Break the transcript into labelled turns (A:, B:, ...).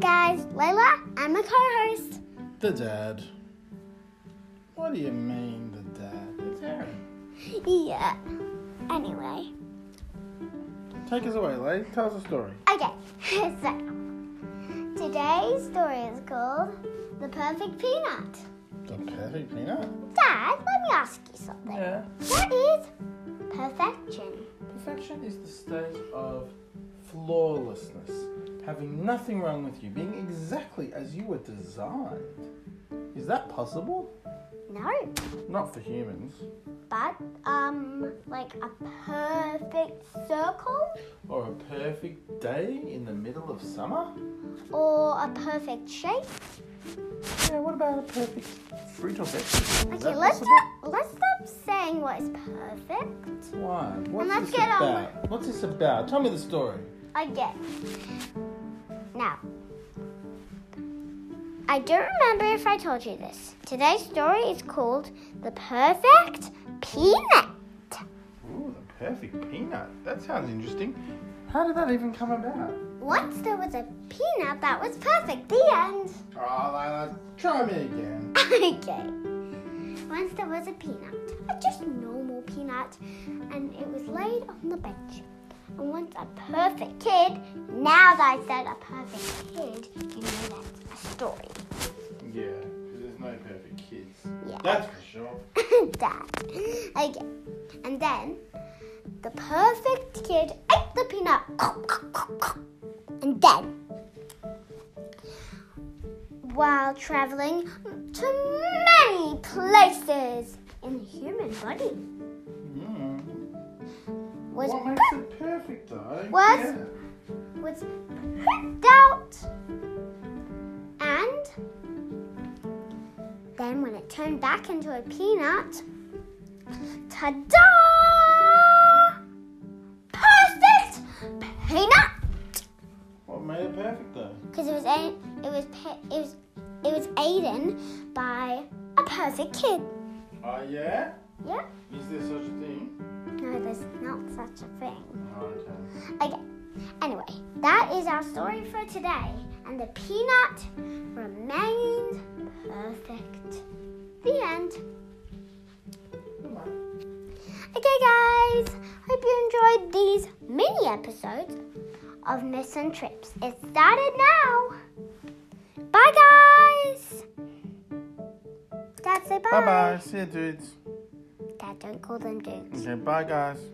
A: guys. Layla, I'm a co-host.
B: The dad. What do you mean, the dad? It's Harry.
A: Yeah. Anyway.
B: Take us away, Lay. Tell us a story.
A: Okay, so today's story is called The Perfect Peanut.
B: The perfect peanut?
A: Dad, let me ask you something.
B: Yeah.
A: What is perfection?
B: Perfection is the state of flawlessness, having nothing wrong with you, being exactly as you were designed. Is that possible?
A: No,
B: Not for humans.
A: but um, like a perfect circle
B: Or a perfect day in the middle of summer?
A: or a perfect shape.
B: Yeah, what about a perfect fruit or vegetable? Is
A: Okay,
B: that
A: let's
B: possible?
A: stop, let's stop saying what is perfect.
B: Why? What's
A: let's
B: this
A: get on
B: about? What's this about? Tell me the story.
A: again. Now, I don't remember if I told you this. Today's story is called The Perfect Peanut.
B: Ooh, the perfect peanut. That sounds interesting. How did that even come about?
A: Once there was a peanut that was perfect. The end.
B: Oh, Lila, try me again.
A: okay. Once there was a peanut, a just normal peanut, and it was laid on the bench. And once a perfect kid, now that I said a perfect kid, you know that's a story.
B: Yeah, there's no perfect kids.
A: Yeah.
B: That's for sure.
A: that. Okay. And then the perfect kid ate the peanut. And then, while traveling to many places in the human body,
B: Mm.
A: was
B: What makes it perfect though?
A: What?
B: Yeah.
A: was pooped out. And then when it turned back into a peanut, ta da! Perfect peanut!
B: What made it perfect though?
A: Because it was a- it was pa- it was it was Aiden by a perfect kid.
B: Oh yeah?
A: Yeah.
B: Is there such a thing?
A: No, there's not such a thing.
B: Oh, okay.
A: Okay. Anyway, that is our story for today. And the peanut remained perfect. The end.
B: Good luck.
A: Okay, guys. Hope you enjoyed these mini episodes of Miss and Trips. It started now. Bye, guys. Dad, say bye.
B: Bye bye. See you dudes.
A: Dad, don't call them dudes.
B: Okay, bye guys.